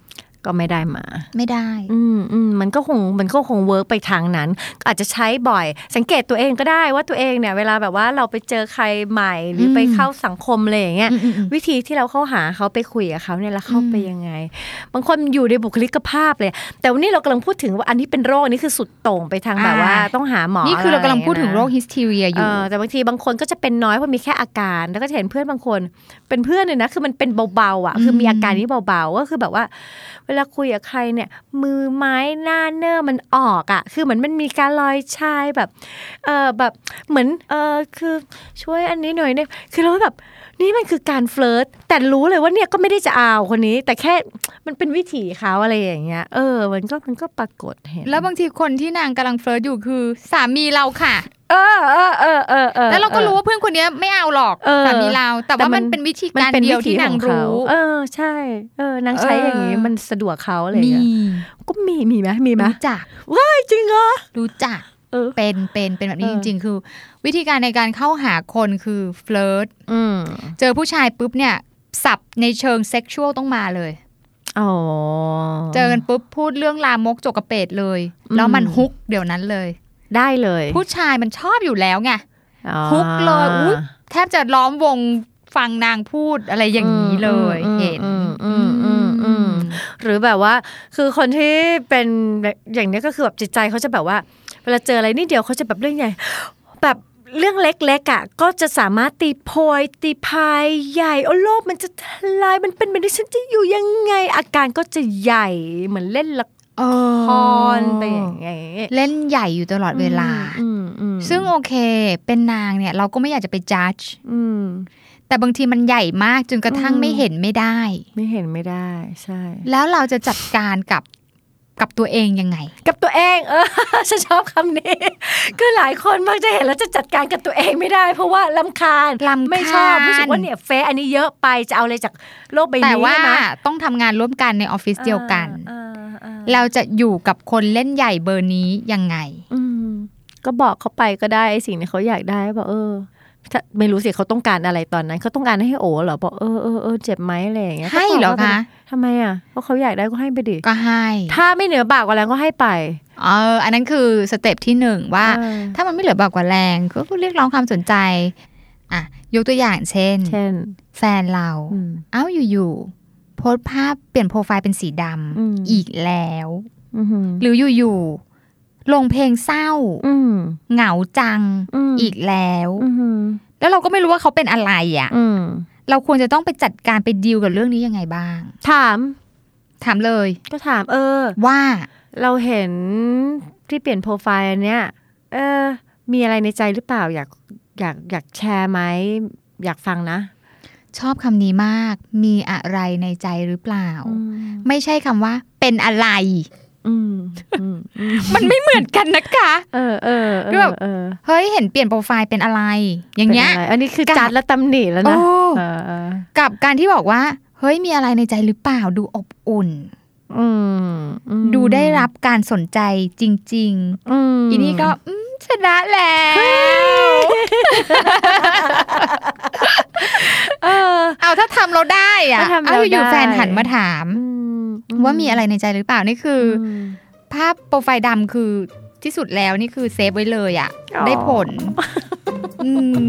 ก็ไม่ได้มา ไม่ได้ อืมอืมมันก็คงมันก็คงเวิร์กไปทางนั้น อาจจะใช้บ่อย สังเกตตัวเองก็ได้ว่าตัวเองเนี่ย เวลาแบบว่าเราไปเจอใครใหม่ หรืออ ม ไปเข้าสังคมอะไรอย่างเงี้ย อืมๆๆ วิธีที่เราเข้าหาเขาไปคุยกับเขาเนี่ยแล้วเข้าไป อืม ยังไง บางคนอยู่ในบุคลิกภาพเลย แต่วันนี้เรากำลังพูดถึงว่าอันนี้เป็นโรคอันนี้คือสุดโต่งไปทางแบบว่าต้องหาหมอ นี่คือเรากำลังพูดถึงโรค อะไ ฮิสเทเรีย อย่า อง เงี้ยนะเอยู่ อแต่บางทีบางคนก็จะเป็นน้อยเพราะมีแค่อาการ แล้วก็จะเห็นเพื่อนบางคน เป็นเพื่อนเลยนะคือมันเป็นเบาๆอ่ะ คือมีอาการนี้เบาๆก็คือแบบว่า เวลาคุยกับใครเนี่ย มือไม้หน้าเนอร์มันออกอ่ะ คือเหมือนมันมีการลอยชายแบบ เออแบบเหมือนเออคือช่วยอันนี้หน่อยเนี่ยคือเราก็แบบ นี่มันคือการเฟลิร์ตแต่รู้เลยว่าเนี่ยก็ไม่ได้จะเอาคนนี้ แต่แค่มันเป็นวิถีเขาอะไรอย่างเงี้ยเออ มันก็มันก็ปรากฏเห็น แล้วบางทีคนที่นางกำลังเฟลิร์ตอยู่คือสามีเราค่ะ เออเออเออเออออ แล้วเราก็รู้ว่าเพื่อนคนเนี้ยไม่เอาหรอก เออ สามีเราแต่ แต่ ว่า มั มัน น เป็นวิธี มัน การ เป็น เดี วิ ยว ธี ที่นาง ของเขา รู้ เออใช่เออนางใช้อย่างงี้ เออ มันสะดวกเขาอะไรอย่าง มี เงี้ยก็มีมีไหมมีไหม รู้จัก จริงเหรอ รู้จัก เออ เป็นเป็นเป็นแบบนี้ เออจริง ๆ คือ วิธีการในการเข้าหาคนคือเฟลิร์ต อืม เจอผู้ชายปุ๊บเนี่ยสับในเชิงเซ็กชวลต้องมาเลย อ๋อ เจอกันปุ๊บพูดเรื่องลามกจกกระเปดเลย อืม แล้วมันฮุกเดี๋ยวนั้นเลย ได้เลย ผู้ชายมันชอบอยู่แล้วไง อ๋อ ฮุกเลยอุ๊ย แทบจะล้อมวงฟังนางพูดอะไรอย่างนี้เลย อืม เห็น อืมอืมอืมอืม หรือแบบว่าคือคนที่เป็นแบบอย่างเนี้ยก็คือแบบจิตใจเขาจะแบบว่า เวลาเจออะไรนิดเดียวเขาจะแบบเรื่องใหญ่แบบเรื่องเล็กๆอ่ะก็จะสามารถตีโพยตีพายใหญ่โอ้โลกมันจะทลายมันเป็นแบบนี้ฉันจะอยู่ยังไง อาการก็จะใหญ่เหมือนเล่นละ เออ ครไปอย่างเงี้ย เล่นใหญ่อยู่ตลอดเวลา อืมอืม ซึ่งโอเค เป็นนางเนี่ย เราก็ไม่อยากจะไปจัด อืม แต่บางทีมันใหญ่มากจนกระทั่ง อืม ไม่เห็นไม่ได้ ไม่เห็นไม่ได้ใช่ แล้วเราจะจัดการกับกับตัวเองยังไง กับตัวเองเออ ฉันชอบคำนี้ คือหลายคนมักจะเห็นแล้วจะจัดการกับตัวเองไม่ได้ เพราะว่าลำคาญ รำคาญ ไม่ชอบรู้สึกว่าเนี่ยเฟซอันนี้เยอะไปจะเอาอะไรจากโลกใบนี้ แต่ว่า ได้ไหม ต้องทำงานร่วมกันในออฟฟิศเดียวกัน อ่าอ่าอ่า เราจะอยู่กับคนเล่นใหญ่เบอร์นี้ยังไง อืมก็บอกเขาไปก็ได้ไอ้สิ่งที่เขาอยากได้บอกเออถ้าไม่รู้สิเขาต้องการอะไรตอนนั้นเขาต้องการให้โอเหรอบอกเออเออเออเจ็บไหมอะไรอย่างเงี้ย ให้เหรอ ก็ตบว่า คะ ทำไมอ่ะเพราะเขาอยากได้ก็ให้ไปดิ ก็ให้ ถ้าไม่เหนือบากกว่าแรงก็ให้ไป เอออันนั้นคือสเต็ปที่หนึ่งว่า เออ ถ้ามันไม่เหลือบากกว่าแรงก็เรียกร้องความสนใจอ่ะยกตัวอย่างเช่น เช่น แฟนเรา อืม เอ้าอยู่ๆโพสต์ภาพเปลี่ยนโปรไฟล์เป็นสีด อืม ำอีกแล้ว อือหือ หรืออยู่ๆลงเพลงเศร้า อืม เหงาจัง ม อีกแล้ว อือหือ แล้วเราก็ไม่รู้ว่าเขาเป็นอะไรอ่ะ อืม เราควรจะต้องไปจัดการไปดีลกับเรื่องนี้ยังไงบ้าง ถาม ถามเลย ก็ถาม เออ ว่า เราเห็นที่เปลี่ยนโปรไฟล์อันเนี้ยเออ มีอะไรในใจหรือเปล่าอยากอยากอยากแชร์ไหมอยากฟังนะ ชอบคำนี้มากมีอะไรในใจหรือเปล่า ไม่ใช่คำว่า เป็นอะไร อืมอืมอืม มันไม่เหมือนกันนะคะ เออเออเอ คือแบ อบ เออ เฮ้ยเห็นเปลี่ยนโปรไฟล์เป็นอะไร อย่างเงี้ย ป็นไรอันนี้คือ กับ จัดและตำหนิแล้ว โอ้ นะเออเออ กับการที่บอกว่า เฮ้ยมีอะไรในใจหรือเปล่าดูอบอุ่น อืมอืม ดูได้รับการสนใจจริง อืม ๆ อีนี่ก็อืมชนะแล้ว เออ เอาถ้าทำเราได้อะ ถ้าทำเรา เอาอยู่ ได้ ๆแฟนหันมาถาม อืม ว่ามีอะไรในใจหรือเปล่านี่คือ ม ภาพโปรไฟล์ดำคือที่สุดแล้วนี่คือเซฟไว้เลยอะ อ๋อ ได้ผ ลอืม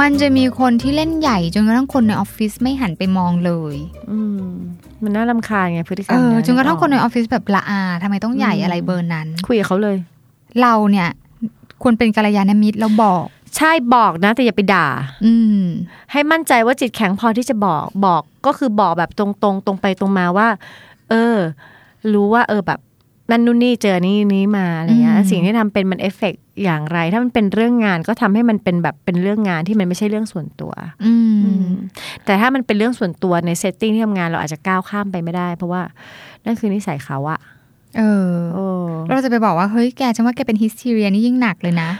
มันจะมีคนที่เล่นใหญ่จนกระทั่งคนในออฟฟิศไม่หันไปมองเลย อืมมันน่ารำคาญไงพฤติกร เอ รม อ เย จนกระทั่งคนในออฟฟิศแบบละอาทำไมต้องใหญ่ อืม อะไรเบอร์นั้น คุยกับเขาเลย เราเนี่ยควรเป็นกัลยาณมิตรเราบอก ใช่บอกนะ แต่อย่าไปด่า อืม ให้มั่นใจว่าจิตแข็งพอที่จะบอกบอกก็คือบอกแบบตรงๆ ตรงไปตรงมาว่า เออ รู้ว่า เออแบบนั่นนู่นนี่เจอนี่นี้มาอะไรเงี้ย อืม สิ่งที่ทำเป็นมันเอฟเฟกต์อย่างไร ถ้ามันเป็นเรื่องงานก็ทำให้มันเป็นแบบเป็นเรื่องงานที่มันไม่ใช่เรื่องส่วนตัว อืม แต่ถ้ามันเป็นเรื่องส่วนตัวในเซตติ้งที่ทำงานเราอาจจะก้าวข้ามไปไม่ได้ เพราะว่านั่นคือนิสัยเขาอะ เออ โอ้ แล้วเราจะไปบอกว่า เฮ้ยแกฉันว่าแกเป็นฮิสเทียนี่ยิ่งหนักเลยนะ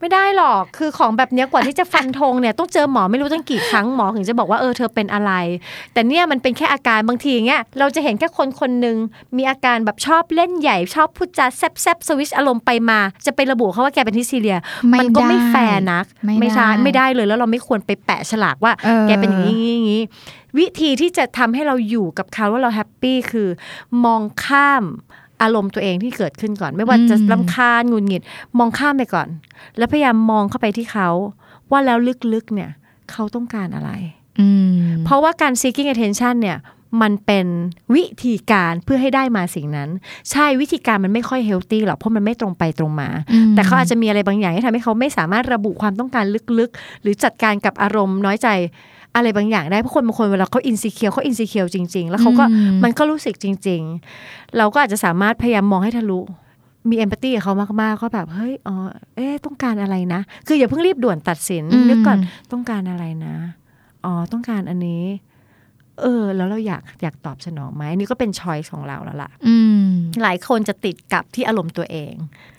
ไม่ได้หรอกคือของแบบเนี้ยกว่าที่จะฟันธงเนี่ยต้องเจอหมอไม่รู้ตั้งกี่ครั้งหมอถึงจะบอกว่าเออเธอเป็นอะไร แต่เนี่ยมันเป็นแค่อาการบางทีอย่างเงี้ยเราจะเห็นแค่คนคนหนึ่งมีอาการแบบชอบเล่นใหญ่ ชอบพูดจาแซบแซบสวิชอารมณ์ไปมา จะไประบุเขาว่าแกเป็นทิสซีเรีย มันก็ไม่แฟร์นัก ไม่ ใช่ ได้ ไม่ได้เลยแล้วเราไม่ควรไปแปะฉลากว่า อ แกเป็นอย่างนี้อย่างนี้อย่างนี้วิธีที่จะทำให้เราอยู่กับเขาว่าเราแฮปปี้คือ มองข้ามอารมณ์ตัวเองที่เกิดขึ้นก่อน ไม่ว่าจะลำคาญหงุนหงิด มองข้ามไปก่อน แล้วพยายามมองเข้าไปที่เขา ว่าแล้วลึกๆเนี่ยเขาต้องการอะไร อืม เพราะว่าการ seeking attention เนี่ยมันเป็นวิธีการเพื่อให้ได้มาสิ่งนั้น ใช่วิธีการมันไม่ค่อยเฮลตี้หรอกเพราะมันไม่ตรงไปตรงมา อืม แต่เขาอาจจะมีอะไรบางอย่างที่ทำให้เขาไม่สามารถระบุความต้องการลึกๆ หรือจัดการกับอารมณ์น้อยใจอะไรบางอย่างได้เพราะคนบางคนเวลาเขาอินซิเคียวเขาอินซิเคียวจริง ๆ แล้วเขาก็ อื มันก็รู้สึกจริง ๆ เราก็อาจจะสามารถพยายามมองให้ทะลุ มีเอมพัตตีกับเขามากๆก็แบบเฮ้ยอ๋อเอ๊ะต้องการอะไรนะ คืออย่าเพิ่งรีบด่วนตัดสินนึกก่อน ต้องการอะไรนะ อ๋อ ต้องการอันนี้ เออ แล้วเราอยากอยากตอบสนองไหมอันนี่ก็เป็นช้อยของเราแล้วล่ะ อืม หลายคนจะติดกับที่อารมณ์ตัวเอง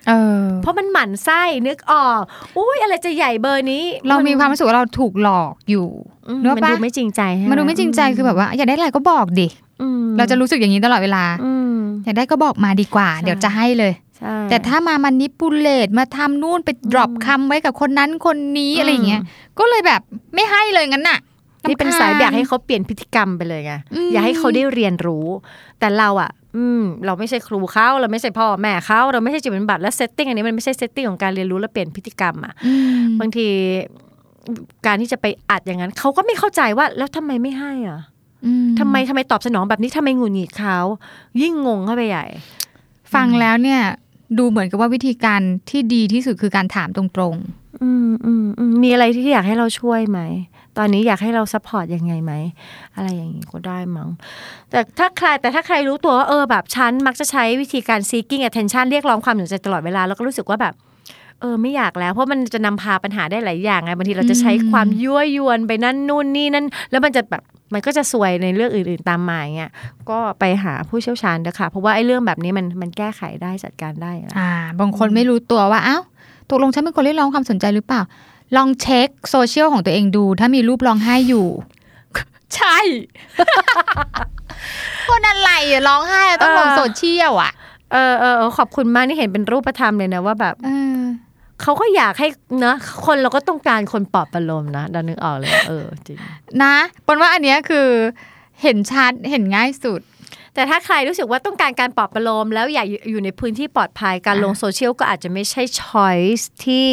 เออ เพราะมันหมั่นไส้นึกออกอุ้ยอะไรจะใหญ่เบอร์นี้ เรามีความรู้สึกว่าเราถูกหลอกอยู่ อืม เนอะ มัน ปะ ดูไม่จริงใจใช่ห มันดูไม่จริงใจคือแบบว่า อยากได้อะไรก็บอกดิ อืม เราจะรู้สึกอย่างนี้ตลอดเวลา อืม อยากได้ก็บอกมาดีกว่า ใช่ เดี๋ยวจะให้เลย ใช่ แต่ถ้ามามันนิปูเลตมาทำนู่นไปดรอป อืม คำไว้กับคนนั้นคนนี้อะไรอย่างเงี้ยก็เลยแบบไม่ให้เลยงั้นน่ะ นี่เป็น รำคญ สายอยากให้เขาเปลี่ยนพฤติกรรมไปเลยไง ม อยากให้เขาได้เรียนรู้ แต่เราอะ อืมเราไม่ใช่ครูเขาเราไม่ใช่พ่อแม่เขาเราไม่ใช่จิตวิญบัติและเซตติ้งอันนี้มันไม่ใช่เซตติ้งของการเรียนรู้และเปลี่ยนพฤติกรรมอ่ะ อืม บางทีการที่จะไปอัดอย่างนั้นเขาก็ไม่เข้าใจว่าแล้วทำไมไม่ให้อ่ะ อื ทำไมทำไมตอบสนองแบบนี้ทำไมหงุดหงิดเขายิ่งงงเข้าไปใหญ่ ฟังแล้วเนี่ย ดูเหมือนกับว่าวิธีการที่ดีที่สุดคือการถามตรง อืมอืมอืมมีอะไรที่อยากให้เราช่วยไหม ตอนนี้อยากให้เราซัพพอร์ตยังไงไหม อะไรอย่างนี้ก็ได้มั้ง แต่ถ้าใครแต่ถ้าใครรู้ตัวว่าเออแบบฉันมักจะใช้วิธีการ seeking attention เรียกร้องความสนใจตลอดเวลา แล้วก็รู้สึกว่าแบบ เออไม่อยากแล้ว เพราะมันจะนำพาปัญหาได้หลายอย่างไงบางทีเราจะใช้ความยั่วยวนไปนั่นนู่นนี่นั่น แล้วมันจะแบบมันก็จะซวยในเรื่องอื่น ๆ ตามมาอย่างเงี้ยก็ไปหาผู้เชี่ยวชาญเถอะค่ะเพราะว่าไอ้เรื่องแบบนี้มันมันแก้ไขได้จัดการได้อยู่แล้ว ๆ อ่า บางคนไม่รู้ตัวว่าเอ้าตกลงฉันเป็นคนเรียกร้องความสนใจหรือเปล่า ลองเช็คโซเชียลของตัวเองดู ถ้ามีรูปร้องไห้อยู่ ใช่ คนอะไรอะร้องไห้อะต้องลงโซเชียลอ่ะ เออเออเออขอบคุณมากที่เห็นเป็นรูปธรรมเลยนะว่าแบบ เออ เขาก็อยากให้เนอะคนเราก็ต้องการคนปลอบประโลมนะดันนึกออกเลย เออจริง นะปนว่าอันเนี้ยคือเห็นชัดเห็นง่ายสุด แต่ถ้าใครรู้สึกว่าต้องการการปลอบประโลม แล้วอยากอยู่ในพื้นที่ปลอดภัยการลงโซเชียลก็อาจจะไม่ใช่ choice ที่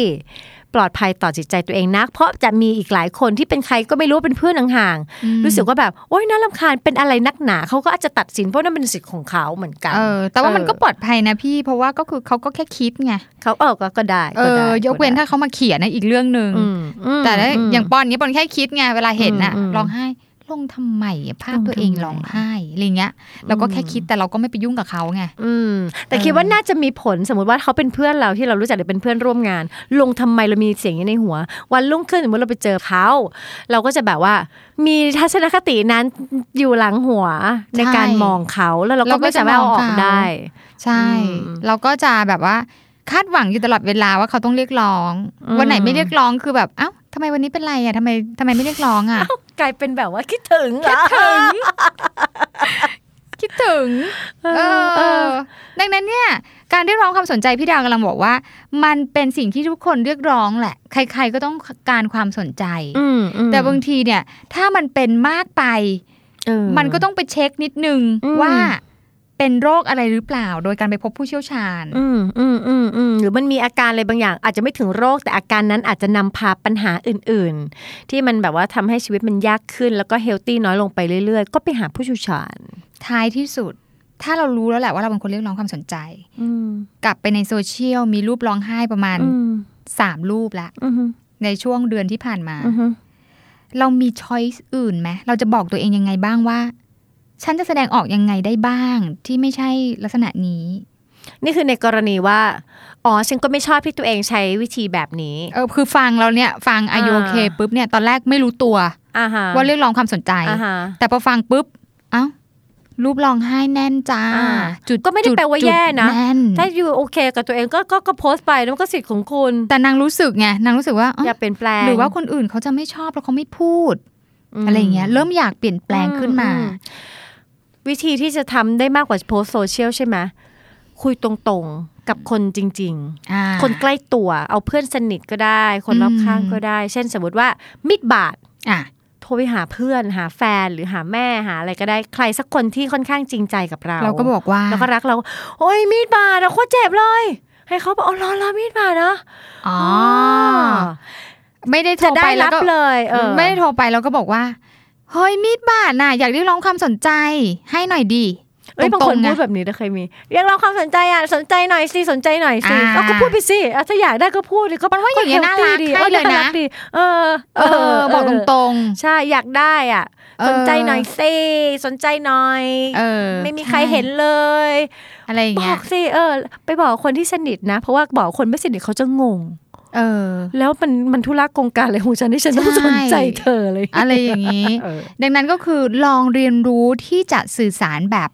ปลอดภัยต่อจิตใจตัวเองนัก เพราะจะมีอีกหลายคนที่เป็นใครก็ไม่รู้เป็นเพื่อนห่างๆรู้สึกว่าแบบโอ๊ยน่ารำคาญเป็นอะไรนักหนาเขาก็อาจจะตัดสินเพราะนั่นเป็นสิทธิ์ของเขาเหมือนกัน เออ แต่ว่ามันก็ เออ ปลอดภัยนะพี่ เพราะว่าก็คือเขาก็แค่คิดไง เขาเออก็ก็ได้ เอ ก็ได้ อยกเว้นถ้าเขามาเขียนนะอีกเรื่องหนึ่ง อืมอืม แต่ถ้า อืม อย่างปอนเนี้ยปอนแค่คิดไงเวลาเห็นน่ะ อืมอืม ร้องไห้ลงทำไมอะภาพตัวเอง ลงทำไม ร้องไห้อะไรเงี้ยเราก็แค่คิดแต่เราก็ไม่ไปยุ่งกับเขาไง อืมแต่ เออ คิดว่าน่าจะมีผลสมมติว่าเขาเป็นเพื่อนเราที่เรารู้จักหรือเป็นเพื่อนร่วมงาน ลงทำไมเรามีเสียงนี้ในหัว วันรุ่งขึ้นสมมติเราไปเจอเขา เราก็จะแบบว่า มีทัศนคตินั้นอยู่หลังหัวในการมองเขาแล้วเราก็ไม่สามารถเอาออกได้ ใช่ อืม เราก็จะแบบว่าคาดหวังอยู่ตลอดเวลาว่าเขาต้องเรียกร้อง อืม วันไหนไม่เรียกร้องคือแบบเอ้าทำไมวันนี้เป็นไรอ่ะทำไมทำไมไม่เรียกร้องอ่ะ กลายเป็นแบบว่าคิดถึงเหรอ คิดถึง เออ เออ ดังนั้นเนี่ย การเรียกร้องความสนใจพี่ดาวกำลังบอกว่า มันเป็นสิ่งที่ทุกคนเรียกร้องแหละ ใคร ๆ ก็ต้องการความสนใจ อืมอืม แต่บางทีเนี่ย ถ้ามันเป็นมากไป เออ มันก็ต้องไปเช็คนิดนึง อืม ว่าเป็นโรคอะไรหรือเปล่า โดยการไปพบผู้เชี่ยวชาญ อืมอืมอืมอืมหรือมันมีอาการอะไรบางอย่าง อาจจะไม่ถึงโรค แต่อาการนั้นอาจจะนำพาปัญหาอื่น ๆ ที่มันแบบว่าทำให้ชีวิตมันยากขึ้น แล้วก็เฮลตี้น้อยลงไปเรื่อยๆ ก็ไปหาผู้เชี่ยวชาญ ท้ายที่สุด ถ้าเรารู้แล้วแหละว่าเราเป็นคนเรียกร้องความสนใจ อืม กลับไปในโซเชียลมีรูปร้องไห้ประมาณ อืม สามรูปละ อืม ในช่วงเดือนที่ผ่านมา อืม เรามีช้อยส์อื่นไหมเราจะบอกตัวเองยังไงบ้างว่า ฉันจะแสดงออกยังไงได้บ้าง ที่ไม่ใช่ลักษณะนี้ นี่คือในกรณีว่า อ๋อ ฉันก็ไม่ชอบที่ตัวเองใช้วิธีแบบนี้ เออคือฟังเราเนี่ย ฟังอายุโอเคปุ๊บเนี่ยตอนแรกไม่รู้ตัว อ่าฮะ ว่าเรียกร้องความสนใจ อ่าฮะ แต่พอฟังปุ๊บ เอ้า รูปร้องไห้แน่นจ้า อ่า จุด ก็ไม่ได้แปลว่า จุ แย่นะ จุดแน่น ถ้าอยู่โอเคกับตัวเองก็ก็ก็โพสต์ไปแล้วมันก็สิทธิ์ของคุณ แต่นางรู้สึกไงนางรู้สึกว่าเอ้า อย่าเปลี่ยนแปลง หรือว่าคนอื่นเขาจะไม่ชอบแล้วเขาไม่พูด ม อะไรอย่างเงี้ยเริ่มอยากเปลี่ยนแปลงขึ้นมา อืมวิธีที่จะทำได้มากกว่าโพสต์โซเชียลใช่ไหมคุยตรงๆกับคนจริง อ่า ๆ คนใกล้ตัวเอาเพื่อนสนิทก็ได้ คนรอบ อืม ข้างก็ได้ เช่นสมมติว่ามิดบาด อ่ะ โทรไปหาเพื่อน หาแฟนหรือหาแม่หาอะไรก็ได้ใครสักคนที่ค่อนข้างจริงใจกับเรา เราก็บอกว่า แล้วก็รักเรา โอ้ยมีดบาดอะโคตรเจ็บเลย ให้เขาบอกอ๋อรอรอมีดบาดเนาะ อ๋อไม่ได้โทร จะได้ ไปรัแล้ว บ ก็ เลยเออ ไม่ได้โทรไปแล้วก็บอกว่าเฮ้ยมีดบาดน่ะอยากเรียกร้องความสนใจ ให้หน่อยดี เอ้ยบางคน ไ พูดแบบนี้นะเคยมีเรียกร้องความสนใจอ่ะสนใจหน่อยสิสนใจหน่อยสิ อ่า เอาก็พูดไปสิอ่ะถ้าอยากได้ก็พูดดิก็ มันว่าอย่างเงี้ยน่ารัก ดี ให้ ออ เลยนะ ารักดีเออ เออ บอกตรง ใช่อยากได้อ่ะ ๆ สนใจหน่อยสิสนใจหน่อย เออ ไม่มีใครเห็นเลย อะไรอย่าง บ เงี้ อย กสิเออ ไปบอกคนที่สนิทนะ เพราะว่าบอกคนไม่สนิทเขาจะงง เออ แล้วมันมันธุระกงการอะไรของฉันที่ฉันต้อง ใช่ สนใจเธอเลย อะไรอย่างงี้ เออ ดังนั้นก็คือลองเรียนรู้ที่จะสื่อสารแบบ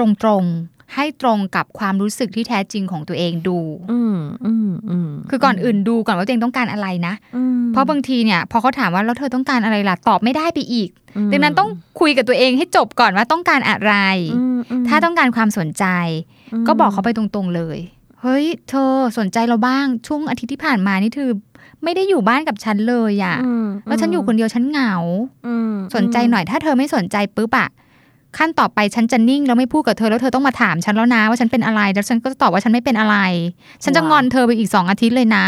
ตรงๆ ให้ตรงกับความรู้สึกที่แท้จริงของตัวเองดู อืมอืมอืม คือก่อนอื่นดูก่อนว่าตัวเองต้องการอะไรนะ อืม เพราะบางทีเนี่ยพอเขาถามว่าแล้วเธอต้องการอะไรล่ะตอบไม่ได้ไปอีก ดังนั้นต้องคุยกับตัวเองให้จบก่อนว่าต้องการอะไร อืมอืม ถ้าต้องการความสนใจ ม ก็บอกเขาไปตรงๆเลย เฮ้ย เธอสนใจเราบ้าง ช่วงอาทิตย์ที่ผ่านมานี่เธอไม่ได้อยู่บ้านกับฉันเลยอะ่ะ อืม แล้วฉันอยู่คนเดียวฉันเหงา อืม สนใจหน่อยถ้าเธอไม่สนใจปุ๊บอะ ขั้นต่อไปฉันจะนิ่งแล้วไม่พูดกับเธอแล้วเธอต้องมาถามฉันแล้วนะว่าฉันเป็นอะไรแล้วฉันก็จะตอบว่าฉันไม่เป็นอะไร ฉันจะงอนเธอไปอีกสองอาทิตย์เลยนะ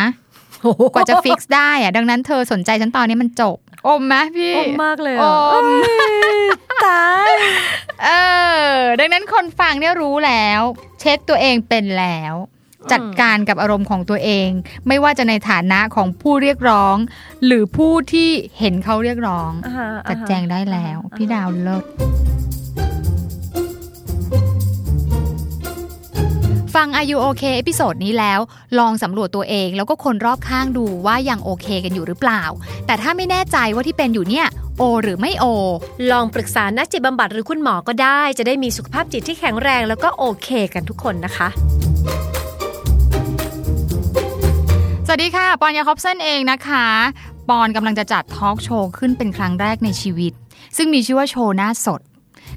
ก ว่าจะฟิกซ์ได้อะดังนั้นเธอสนใจฉันตอนนี้มันจบอมไหมพี่ โอมมากเลย โอ อะ ม เอ้ยตาย เออ ดังนั้นคนฟังเนี่ยรู้แล้ว เช็คตัวเองเป็นแล้ว จัดการกับอารมณ์ของตัวเอง ไม่ว่าจะในฐานะของผู้เรียกร้อง หรือผู้ที่เห็นเขาเรียกร้อง อ่าฮะ จัดแจงได้แล้ว อ่ฮะ พี่ดาวเลิศฟังอายุโอเคเอพิโซดนี้แล้ว ลองสำรวจตัวเองแล้วก็คนรอบข้างดูว่ายังโอเคกันอยู่หรือเปล่า แต่ถ้าไม่แน่ใจว่าที่เป็นอยู่เนี่ย โอ หรือไม่โอ ลองปรึกษานักจิตบำบัดหรือคุณหมอก็ได้ จะได้มีสุขภาพจิตที่แข็งแรงแล้วก็โอเคกันทุกคนนะคะ สวัสดีค่ะ ปอนยาคอบเซนเองนะคะ ปอนกำลังจะจัดทอล์กโชว์ขึ้นเป็นครั้งแรกในชีวิต ซึ่งมีชื่อว่าโชว์หน้าสด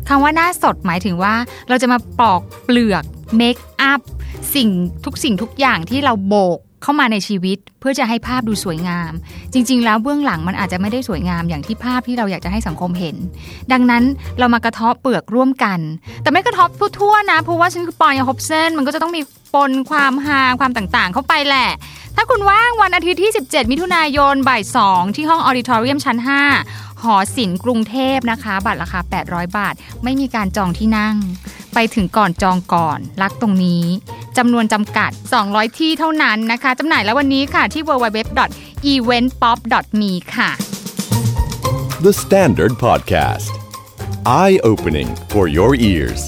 คำว่าหน้าสดหมายถึงว่า เราจะมาปลอกเปลือกเมคอัพสิ่งทุกสิ่งทุกอย่างที่เราโบกเข้ามาในชีวิต เพื่อจะให้ภาพดูสวยงาม จริง ๆ แล้วเบื้องหลังมันอาจจะไม่ได้สวยงามอย่างที่ภาพที่เราอยากจะให้สังคมเห็น ดังนั้นเรามากระเทาะเปลือกร่วมกัน แต่ไม่กระทบทั่วๆนะ เพราะว่าฉันคือปอนยาคอบเซนมันก็จะต้องมีปนความฮาความต่างๆ เข้าไปแหละ ถ้าคุณว่างวันอาทิตย์ที่ 17 มิถุนายน บ่าย 2 ที่ห้องออดิทอเรียมชั้น 5 หอศิลป์กรุงเทพนะคะ บัตรราคา 800 บาท ไม่มีการจองที่นั่ง ไปถึงก่อนจองก่อน รักตรงนี้ จำนวนจำกัด 200 ที่เท่านั้นนะคะ จำหน่ายแล้ววันนี้ค่ะที่ www.eventpop.me ค่ะ The Standard Podcast. Eye opening for your ears.